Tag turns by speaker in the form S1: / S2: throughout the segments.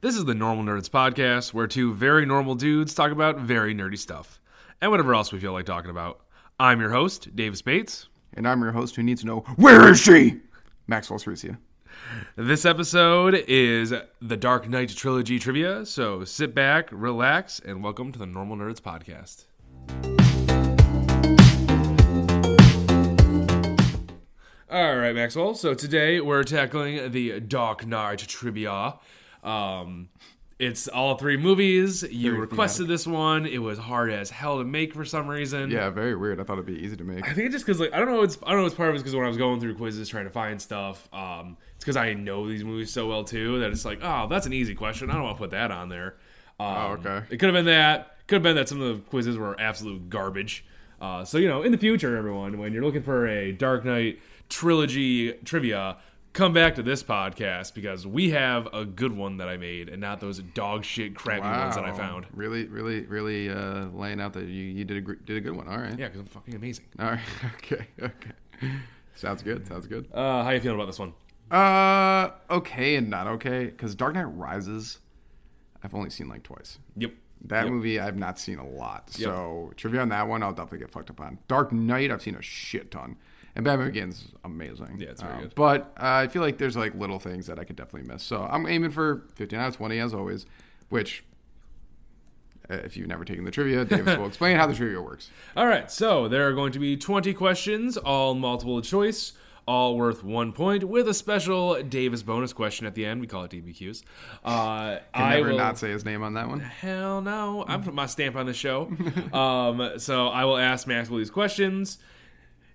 S1: This is the Normal Nerds Podcast, where two very normal dudes talk about very nerdy stuff and whatever else we feel like talking about. I'm your host, Davis Bates.
S2: And I'm your host who needs to know where is she? Maxwell Cerusia.
S1: This episode is the Dark Knight Trilogy trivia, so sit back, relax, and welcome to the Normal Nerds Podcast. All right, Maxwell. So today we're tackling the Dark Knight trivia. Um, it's all three movies. You
S2: Very
S1: requested this one. It was hard as hell to make for some reason.
S2: Yeah, very weird. I thought it'd be easy to make.
S1: I think it's just because like I don't know. It's I don't know. It's part of it's because when I was going through quizzes trying to find stuff, um, it's because I know these movies so well too that it's like, oh, that's an easy question. I don't want to put that on there. Um,
S2: Oh, okay.
S1: It could have been that. Could have been that some of the quizzes were absolute garbage. Uh, so you know, in the future, everyone, when you're looking for a Dark Knight trilogy trivia, come back to this podcast because we have a good one that I made, and not those dog shit crappy ones that I
S2: Wow.
S1: found.
S2: Really, really, really uh, laying out that you, you did a gr- did a good one. All right.
S1: Yeah, because I'm fucking amazing.
S2: All right. Okay. Okay. Sounds good. Sounds good.
S1: Uh, how you feeling about this one?
S2: Uh, okay and not okay because Dark Knight Rises, I've only seen like twice.
S1: Yep.
S2: That
S1: Yep.
S2: movie I've not seen a lot. So trivia on that one, I'll definitely get fucked up on. Dark Knight, I've seen a shit ton. And Batman Begins, amazing.
S1: Yeah, it's very
S2: Um,
S1: good.
S2: But uh, I feel like there's like little things that I could definitely miss. So I'm aiming for 15 out of 20 as always, which uh, if you've never taken the trivia, Davis will explain how the trivia works.
S1: All right, so there are going to be 20 questions, all multiple choice, all worth one point, with a special Davis bonus question at the end. We call it DBQs. Uh,
S2: Can
S1: I
S2: never
S1: will,
S2: not say his name on that one.
S1: Hell
S2: Mm.
S1: no. I'm putting my stamp on the show. um, so I will ask Maxwell these questions.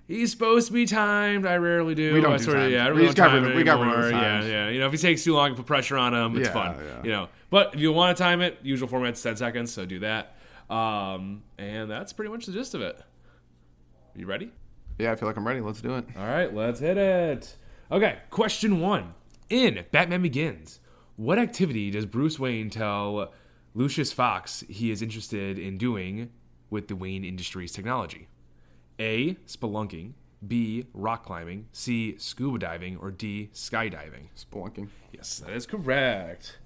S1: He's supposed to be timed. I rarely do.
S2: We don't
S1: I
S2: do
S1: sorta-
S2: times.
S1: yeah, I
S2: We
S1: really
S2: just
S1: don't
S2: got
S1: time
S2: rid of-
S1: it
S2: we got rid of
S1: anymore.
S2: the times.
S1: Yeah, yeah. You know, if he takes too long, to put pressure on him, it's
S2: Yeah,
S1: fun.
S2: yeah.
S1: You know, but if you want to time it, usual format's 10 seconds, so do that. Um, and that's pretty much the gist of it. You ready?
S2: Yeah, I feel like I'm ready. Let's do it.
S1: All right, let's hit it. Okay, question one. In Batman Begins, what activity does Bruce Wayne tell Lucius Fox he is interested in doing with the Wayne Industries technology? A. Spelunking. B. Rock climbing. C. Scuba diving. Or D. Skydiving.
S2: Spelunking.
S1: Yes, that is correct.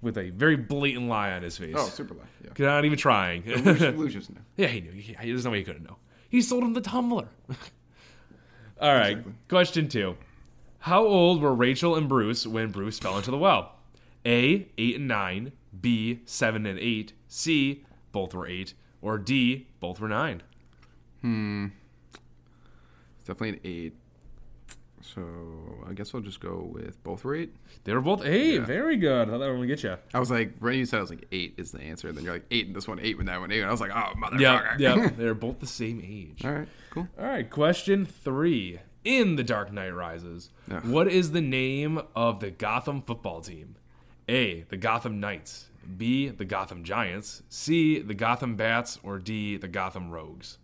S1: With a very blatant lie on his face.
S2: Oh, super low. Yeah.
S1: Not even trying.
S2: Lucius, Lucius knew.
S1: Yeah, he knew. He- there's no way he couldn't know. He sold him the tumbler. All right. Question two. How old were Rachel and Bruce when Bruce fell into the well? A, 8 and 9. B, 7 and 8. C, both were 8. Or D, both were 9.
S2: It's definitely an eight. So I guess I'll just go with both were eight.
S1: They were both 8. Very good. I thought that one would get you.
S2: I was like, right you said I was like eight is the answer, and then you're like eight and this one, eight and that one, eight. And I was like, oh motherfucker.
S1: Yeah, yeah. They're both the same age.
S2: All right, cool.
S1: All right, question three. In The Dark Knight Rises,
S2: Ugh.
S1: what is the name of the Gotham football team? A. The Gotham Knights. B. The Gotham Giants. C. The Gotham Bats. Or D. The Gotham Rogues.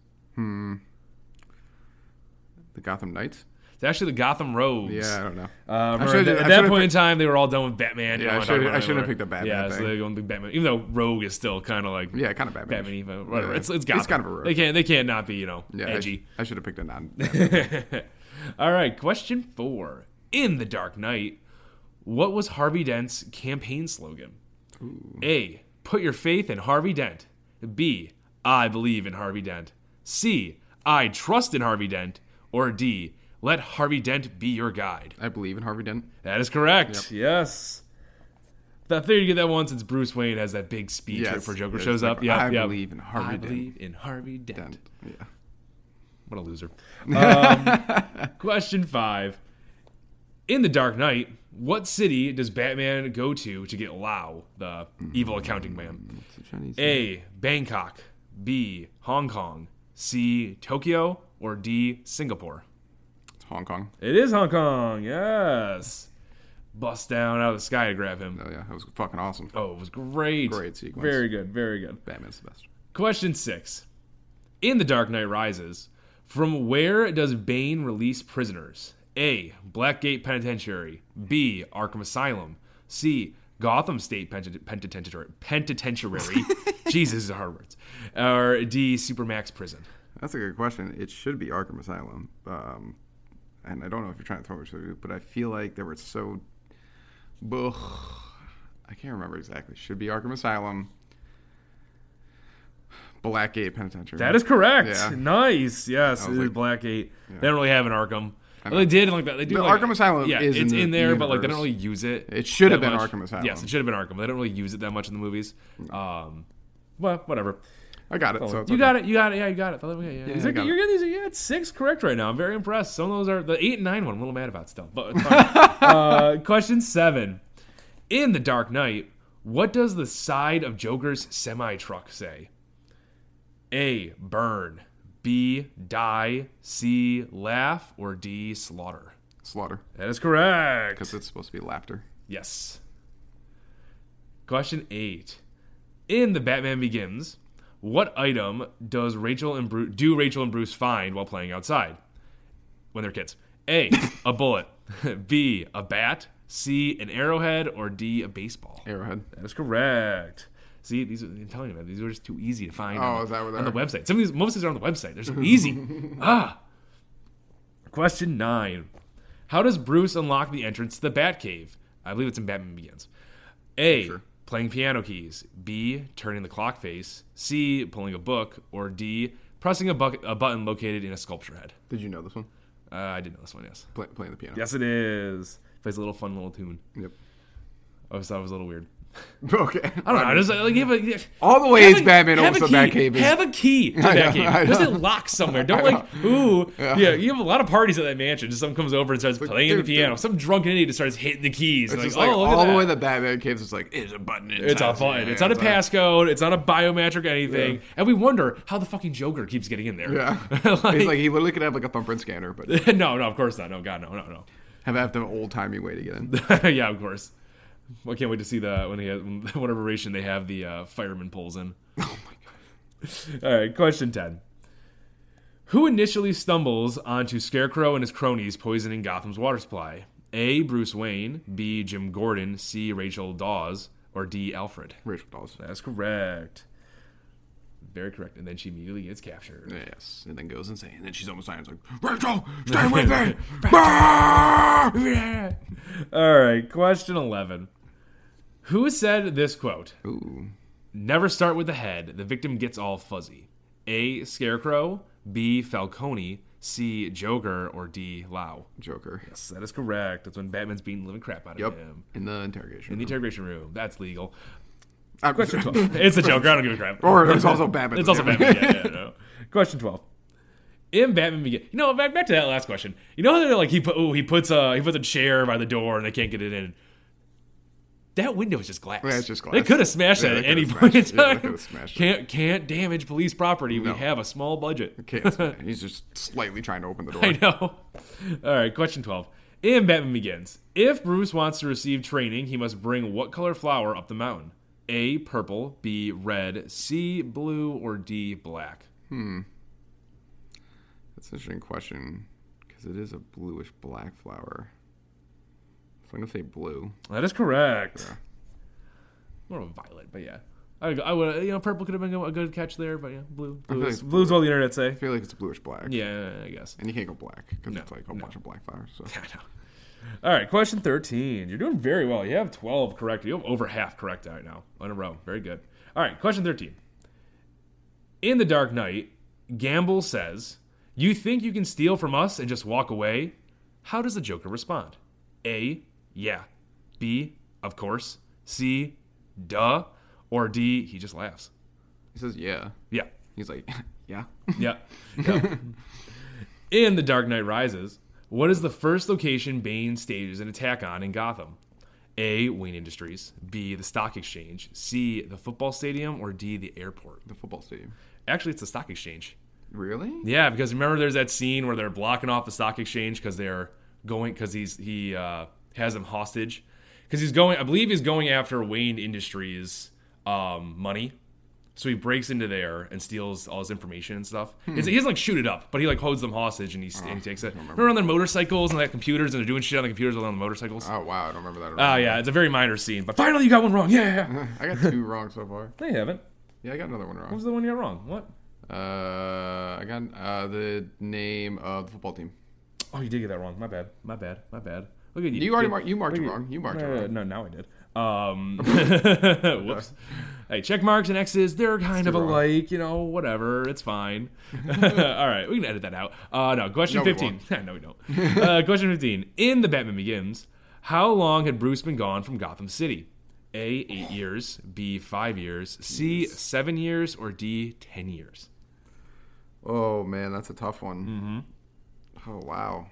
S2: The Gotham Knights.
S1: It's actually the Gotham Rogues.
S2: Yeah, I don't know.
S1: Uh, remember
S2: should've-
S1: at
S2: I
S1: that
S2: should've
S1: point in time, they were all done with Batman. You
S2: Yeah,
S1: know,
S2: I
S1: don't
S2: should've-
S1: know
S2: I should've
S1: were-
S2: picked the Batman
S1: Yeah, so
S2: thing.
S1: they're going to Batman. Even though Rogue is still kind of like
S2: yeah, kind of Batman.
S1: Batman, even whatever.
S2: Yeah.
S1: It's it's
S2: He's
S1: Gotham.
S2: kind of a rogue.
S1: They can't they can't not be you know
S2: Yeah, I-
S1: edgy.
S2: I, should have picked a non.
S1: All right, question four. In The Dark Knight, what was Harvey Dent's campaign slogan? A. Put your faith in Harvey Dent. B. I believe in Harvey Dent. C. I trust in Harvey Dent. Or D. Let Harvey Dent be your guide.
S2: I believe in Harvey Dent.
S1: That is correct. Yes. I figured you get that one since Bruce Wayne has that big speech
S2: Yes,
S1: right before Joker
S2: yes,
S1: shows up.
S2: like,
S1: Yeah,
S2: I
S1: yeah.
S2: believe in Harvey
S1: I
S2: Dent.
S1: believe in Harvey Dent.
S2: Dent. Yeah.
S1: What a loser. Um, question five. In The Dark Knight, what city does Batman go to to get Lao, the evil accounting man?
S2: It's a Chinese.
S1: A. Bangkok. B. Hong Kong. C. Tokyo. Or D. Singapore.
S2: It's Hong Kong.
S1: It is Hong Kong. Yes. Bust down out of the sky to grab him.
S2: Oh yeah, that was fucking awesome.
S1: Oh, it was great.
S2: Great sequence.
S1: Very good. Very good.
S2: Batman's the best.
S1: Question six. In The Dark Knight Rises, from where does Bane release prisoners? A. Blackgate Penitentiary. B. Arkham Asylum. C. Gotham State Penti- Penitentiary. Penitentiary. Jesus, these are hard words. Or D. Supermax Prison.
S2: That's a good question. It should be Arkham Asylum. Um, and I don't know if you're trying to throw it, but I feel like they were so. Ugh. I can't remember exactly. Should be Arkham Asylum, Blackgate Penitentiary.
S1: That is correct.
S2: Yeah.
S1: Nice. Yes,
S2: was
S1: it is
S2: like-
S1: Blackgate. They don't really have an Arkham. Well, they did like that. They do.
S2: The
S1: like-
S2: Arkham Asylum
S1: Yeah,
S2: is in
S1: it's
S2: the
S1: in there, but like they don't
S2: universe.
S1: really use it.
S2: It should have
S1: that
S2: been
S1: much.
S2: Arkham Asylum.
S1: Yes, it should have been Arkham. They don't really use it that much in the movies. Um, well, whatever.
S2: I got it. So it's
S1: you
S2: okay.
S1: got it. You got it. Yeah, you got it. Yeah, yeah. He's
S2: I
S1: like,
S2: got
S1: you're
S2: it.
S1: getting these. Yeah, it's six correct right now. I'm very impressed. Some of those are the eight and nine one. I'm a little mad about still, but it's fine. uh, question seven. In the Dark Knight, what does the side of Joker's semi truck say? A. Burn. B. Die. C. Laugh. Or D. Slaughter.
S2: Slaughter
S1: That is correct.
S2: because it's supposed to be laughter.
S1: Yes. Question eight. In the Batman Begins, what item does Rachel and Bruce do Rachel and Bruce find while playing outside when they're kids? A. A bullet. B. A bat. C. An arrowhead. Or D. A baseball.
S2: Arrowhead.
S1: That is correct. See, these are, I'm telling you, man, these were just too easy to find
S2: Oh,
S1: on,
S2: is that what they
S1: on the
S2: are?
S1: website. Some of these, most of these are on the website. They're so easy. ah. Question nine. How does Bruce unlock the entrance to the Batcave? I believe it's in Batman Begins. A. Playing piano keys. B. Turning the clock face. C. Pulling a book. Or D. Pressing a, buck a button located in a sculpture head.
S2: Did you know this one?
S1: Uh, I didn't know this one, yes.
S2: Play, playing the piano.
S1: Yes, it is. Plays a little fun little tune.
S2: Yep.
S1: I always thought it was a little weird.
S2: Okay.
S1: I don't know. I just, like, give a,
S2: All the
S1: Have
S2: ways
S1: a-
S2: Batman
S1: have
S2: opens
S1: a
S2: the
S1: key.
S2: Batcave is.
S1: Have a key to that
S2: know, I
S1: cave. Just
S2: know.
S1: it locked somewhere. Don't like, ooh, yeah. You have a lot of parties at that mansion. Just someone comes over and starts playing the
S2: dude,
S1: piano. Some drunken idiot just starts hitting the keys.
S2: It's
S1: like,
S2: just like
S1: oh, look at
S2: all the
S1: that.
S2: way the Batman caves is like is a button. Inside.
S1: It's a button.
S2: Yeah,
S1: it's not a
S2: like-
S1: passcode. It's not a biometric anything. And we wonder how the fucking Joker keeps getting in there.
S2: Yeah.
S1: Like-
S2: He's like he literally could have like a thumbprint scanner, but
S1: no, no, of course not. No, God, no, no, no.
S2: have have to have an old timey way to get in.
S1: yeah, of course. I can't wait to see the when he has whatever ration they have the uh, fireman pulls in.
S2: oh my god.
S1: All right, question 10. Who initially stumbles onto Scarecrow and his cronies poisoning Gotham's water supply? A. Bruce Wayne, B. Jim Gordon, C. Rachel Dawes, or D. Alfred?
S2: Rachel dolls.
S1: That's correct. Very correct. And then she immediately gets captured.
S2: Yes, and then goes insane. And then she's almost dying. It's like, Rachel, stay with me! Ah! Bah!
S1: All right, question 11. Who said this quote?
S2: Ooh.
S1: Never start with the head. The victim gets all fuzzy. A. Scarecrow, B. Falcone, C. Joker, or D. Lau?
S2: Joker.
S1: Yes, that is correct. That's when Batman's beating the living crap out of
S2: Yep.
S1: him.
S2: In the interrogation.
S1: In the interrogation room. That's legal.
S2: I'm-
S1: Question 12. it's a joke. I don't give a crap.
S2: or it's also Batman.
S1: it's also Batman. Yeah, yeah, no. Question 12. In Batman Begins, you know, back back to that last question. You know how they're like he put oh he puts a he puts a chair by the door and they can't get it in. That window is just glass.
S2: Yeah, it's just glass.
S1: They could have smashed
S2: Yeah,
S1: that
S2: they
S1: at
S2: could
S1: any
S2: have
S1: point in
S2: smashed it. Yeah, they
S1: time.
S2: could have smashed it.
S1: can't can't damage police property.
S2: No.
S1: We have a small budget.
S2: Can't. He's just slightly trying to open the door.
S1: I know. All right, question 12. In Batman Begins, if Bruce wants to receive training, he must bring what color flower up the mountain? A, purple, B, red, C, blue, or D, black?
S2: That's an interesting question because it is a bluish black flower. So I'm gonna say blue.
S1: That is correct. More of a violet, but yeah. I, I would, you know, purple could have been a good catch there, but yeah, blue. Blue
S2: feel
S1: is,
S2: like
S1: blue is what the internet say.
S2: I feel like it's bluish black.
S1: Yeah, I guess.
S2: And you can't go black because it's like a
S1: no.
S2: bunch of black flowers. So.
S1: I know. All right, question 13. You're doing very well. You have 12 correct. You have over half correct right now in a row. Very good. All right, question 13. In The Dark Knight, Gamble says, You think you can steal from us and just walk away? How does the Joker respond? A, yeah. B, of course. C, duh. Or D, he just laughs.
S2: He says, yeah.
S1: Yeah.
S2: He's like, yeah.
S1: Yeah. Yeah. in The Dark Knight Rises, what is the first location Bane stages an attack on in Gotham? A. Wayne Industries. B. The Stock Exchange. C. The Football Stadium. Or D. The Airport.
S2: the football stadium.
S1: Actually, it's the Stock Exchange.
S2: Really?
S1: Yeah, because remember, there's that scene where they're blocking off the Stock Exchange because they're going because he's he uh, has them hostage because he's going. I believe he's going after Wayne Industries um, money. So he breaks into there and steals all his information and stuff.
S2: Hmm.
S1: It's, he doesn't like shoot it up, but he like holds them hostage and he,
S2: Oh,
S1: and he takes it. Remember on their motorcycles and they have computers and they're doing shit on the computers while they're on the motorcycles.
S2: Oh wow, I don't remember that. At all.
S1: Oh yeah, it's a very minor scene, but finally you got one wrong. Yeah,
S2: I got two wrong so far.
S1: they haven't.
S2: Yeah, I got another one
S1: What
S2: wrong.
S1: was the one you got wrong? What?
S2: Uh, I got uh, the name of the football team.
S1: Oh, you did get that wrong. My bad. My bad. My bad. Look at you.
S2: You already
S1: Good.
S2: mar- you marked it
S1: Look at-
S2: wrong. You marked it
S1: no, no, No, no,
S2: wrong.
S1: now I did. Um, whoops. Hey, check marks and X's, they're kind of
S2: too wrong.
S1: alike, you know, whatever, it's fine. All right, we can edit that out. Uh, no, question
S2: No, we
S1: 15. no, we don't. Uh, question 15. In The Batman Begins, how long had Bruce been gone from Gotham City? A, eight years, B, five years, C, seven years, or D, ten years?
S2: Oh man, that's a tough one. Oh wow.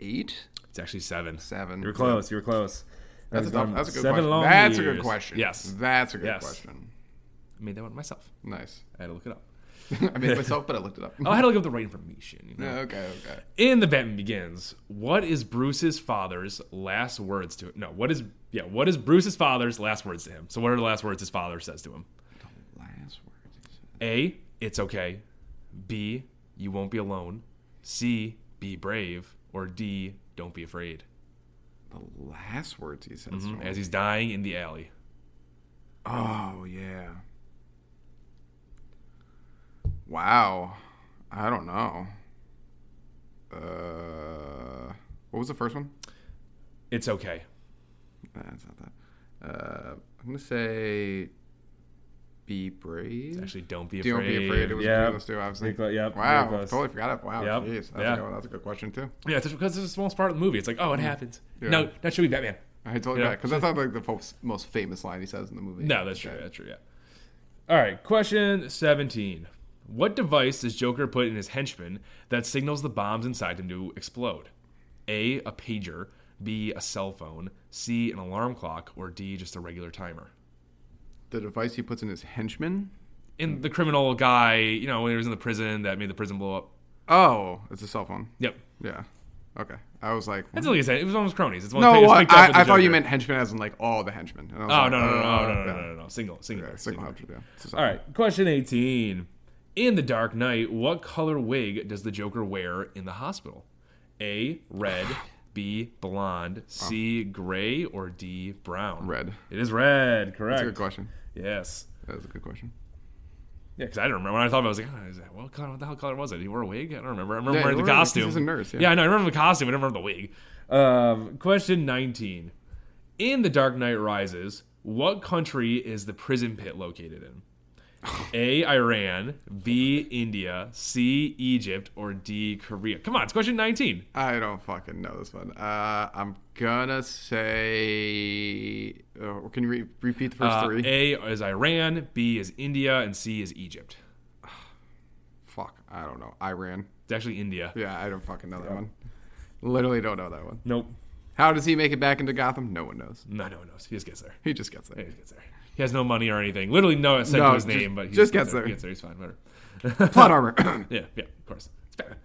S2: Eight,
S1: It's actually seven.
S2: seven.
S3: You were close. You were close.
S2: That's a, tough, that's a good
S3: Seven
S2: question.
S3: long
S2: That's a good
S3: years.
S2: question.
S1: Yes.
S2: That's a good
S1: Yes.
S2: question.
S1: I made that one myself.
S2: Nice.
S1: I had to look it up.
S2: I made it myself, but I looked it up.
S1: Oh, I had to look up the right information. You know?
S2: okay, okay.
S1: in the Batman Begins, what is Bruce's father's last words to him? No, what is yeah, what is Bruce's father's last words to him? So what are the last words his father says to him?
S2: Last word.
S1: A, it's okay. B, you won't be alone. C, be brave. Or D, don't be afraid.
S2: The last words he says. to him.
S1: As he's dying in the alley.
S2: Oh yeah. Wow. I don't know. Uh, what was the first one?
S1: It's okay.
S2: That's not that. Uh, I'm gonna say, be brave.
S1: Actually, don't be afraid.
S2: Don't be afraid. It was
S3: Yeah.
S2: between those two, obviously.
S3: Pretty close, yep,
S2: Wow.
S3: pretty close.
S2: Totally forgot it. Wow.
S1: Yep,
S2: Jeez. That's,
S1: yeah.
S2: a good, that's a good question too.
S1: Yeah, it's just because it's a small part of the movie. It's like, oh, it happens.
S2: Mm. Yeah.
S1: No, that should be Batman.
S2: I totally
S1: Yeah.
S2: forgot because that's not like the fo- most famous line he says in the movie.
S1: No, that's true. That's true. Yeah. All right. Question seventeen. What device does Joker put in his henchman that signals the bombs inside him to explode? A. A pager. B. A cell phone. C. An alarm clock. Or D. Just a regular timer.
S2: The device he puts in his henchman.
S1: In the criminal guy, you know, when he was in the prison, that made the prison blow up.
S2: Oh, it's a cell phone.
S1: Yep.
S2: Yeah. Okay. I was like,
S1: That's what he said. It was one of his cronies. It's one
S2: no,
S1: thing that's
S2: what?
S1: picked up
S2: I,
S1: with the
S2: I thought you
S1: Joker.
S2: meant henchman as in like all the henchmen. And I was
S1: Oh
S2: like,
S1: no no no no no no
S2: uh,
S1: no, no, no. single single
S2: yeah,
S1: bear,
S2: Single
S1: bear.
S2: henchman. Yeah. It's a cell
S1: All right, question 18. In The Dark Knight, what color wig does the Joker wear in the hospital? A, red, B, blonde, C, gray, or D, brown?
S2: phone. Red.
S1: It is red, correct.
S2: That's a good question.
S1: Yes.
S2: That was a good question.
S1: Yeah, because I don't remember. When I thought about it, I was like, oh, is that, what, color, what the hell color was it? He wore a wig? I don't remember. I remember
S2: Yeah, he
S1: wearing the
S2: wore a wig 'cause
S1: costume.
S2: he's a nurse, yeah.
S1: I know. I remember the costume. I don't remember the wig. Um, question 19. In The Dark Knight Rises, what country is the prison pit located in? A. Iran, B. India, C. Egypt, or D. Korea? Come on, it's question 19.
S2: I don't fucking know this one. Uh, I'm gonna say. Uh, can you re- repeat the first
S1: Uh,
S2: three?
S1: A is Iran, B is India, and C is Egypt.
S2: Fuck. I don't know. Iran.
S1: It's actually India.
S2: Yeah, I don't fucking know that one. Literally don't know that one.
S1: Nope.
S2: How does he make it back into Gotham? No one knows.
S1: No, no one knows. He just gets there.
S2: He just gets there.
S1: He just gets there. He has no money or anything. Literally, no said
S2: No,
S1: to his
S2: just-
S1: name, but he
S2: just gets there.
S1: He gets there. He's fine. Whatever.
S2: Plot armor.
S1: Yeah, yeah, of course. It's Batman.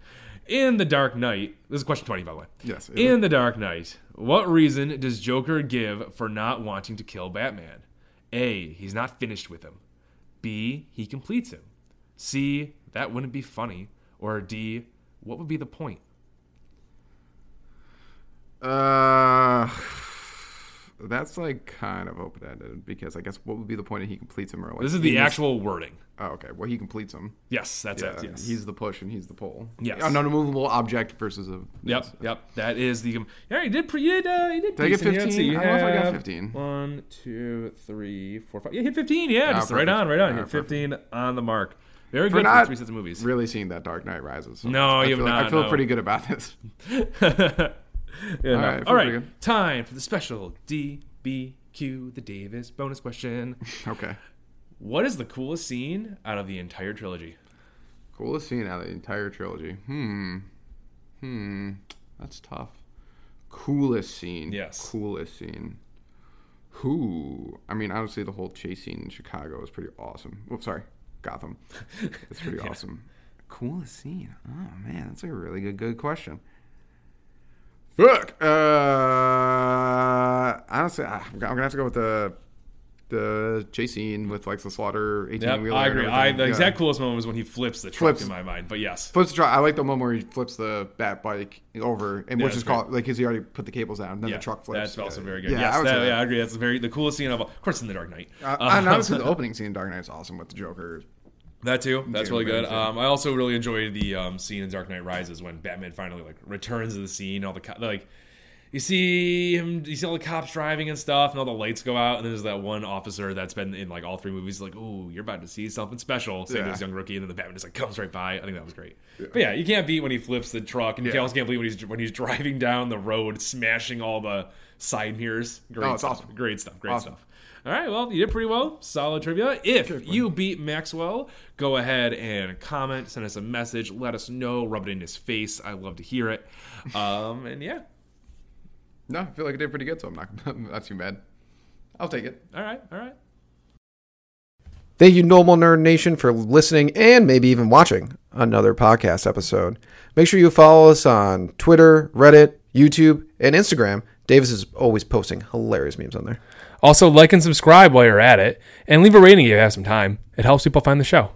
S1: In The Dark Knight, this is question 20, by the way.
S2: Yes, it
S1: In The Dark Knight, what reason does Joker give for not wanting to kill Batman? A. He's not finished with him. B. He completes him. C. That wouldn't be funny. Or D. What would be the point?
S2: Uh, that's like kind of open ended because I guess what would be the point if he completes him or like
S1: This is the
S2: he was-
S1: actual wording.
S2: Oh, okay. Well, he completes him.
S1: Yes, that's
S2: Uh,
S1: it. Yes.
S2: He's the push and he's the pull.
S1: Yes.
S2: An unmovable object versus a.
S1: Yep, yep. That is the. Yeah, you did. Pre- you did. Uh, you did.
S2: Did I get
S1: decent. You had-
S2: 15?
S1: you
S2: I don't know if I got
S1: have
S2: 15.
S1: One, two, three, four, five. Yeah, hit fifteen. Yeah, just right
S2: Ah,
S1: on,
S2: perfect.
S1: right on.
S2: Yeah,
S1: hit
S2: perfect.
S1: fifteen on the mark. Very good for
S2: not-
S1: three sets of movies.
S2: Really seeing that Dark Knight Rises. so
S1: No,
S2: I
S1: you've
S2: feel,
S1: not,
S2: I feel
S1: no.
S2: pretty good about this.
S1: yeah, no.
S2: right, feel
S1: All
S2: pretty
S1: right.
S2: good.
S1: Time for the special DBQ, the Davis bonus question.
S2: Okay.
S1: What is the coolest scene out of the entire trilogy?
S2: Coolest scene out of the entire trilogy. Hmm. Hmm. That's tough. Coolest scene.
S1: Yes.
S2: Coolest scene. Who? I mean, honestly, the whole chase scene in Chicago is pretty awesome. Oops, sorry. Gotham. It's pretty awesome. Coolest scene. Oh, man. That's a really good, good question. Fuck. Uh, honestly, I- I'm going to have to go with the. The chase scene with like the slaughter eighteen
S1: Yep,
S2: wheeler.
S1: I agree. I, the exact coolest moment was when he flips the truck
S2: Flips.
S1: in my mind. But yes,
S2: flips the truck. I like the moment where he flips the bat bike over, and which
S1: that's
S2: is called like because he already put the cables down. Then
S1: yeah,
S2: the truck flips.
S1: That's also
S2: Yeah.
S1: very good.
S2: Yeah,
S1: yes,
S2: I would
S1: that-
S2: say
S1: yeah, I
S2: that.
S1: agree. That's very the coolest scene of all. Of course, in the Dark Knight.
S2: Uh, and honestly, the opening scene in Dark Knight is awesome with the Joker.
S1: That too. That's really good.
S2: Batman's in.
S1: Um, I also really enjoyed the um, scene in Dark Knight Rises when Batman finally like returns to the scene. All the co- like, you see him, you see all the cops driving and stuff, and all the lights go out, and there's that one officer that's been in like all three movies, like, "Ooh, you're about to see something special," saying to
S2: Yeah.
S1: this young rookie, and then the Batman just like comes right by. I think that was great. But yeah, you can't beat when he flips the truck, and you
S2: Yeah.
S1: also can't believe when he's when he's driving down the road, smashing all the side mirrors. Great
S2: Oh, it's
S1: stuff.
S2: awesome.
S1: Great stuff. Great
S2: Awesome.
S1: stuff. All right, well, you did pretty well. Solid trivia. If you beat Maxwell, go ahead and comment, send us a message, let us know, rub it in his face. I love to hear it. Um, and yeah,
S2: No, I feel like I did pretty good, so I'm not, I'm not too bad. I'll take it.
S1: all right, all right.
S3: Thank you, Normal Nerd Nation, for listening and maybe even watching another podcast episode. Make sure you follow us on Twitter, Reddit, YouTube, and Instagram. Davis is always posting hilarious memes on there.
S4: Also, like and subscribe while you're at it, and leave a rating if you have some time. It helps people find the show.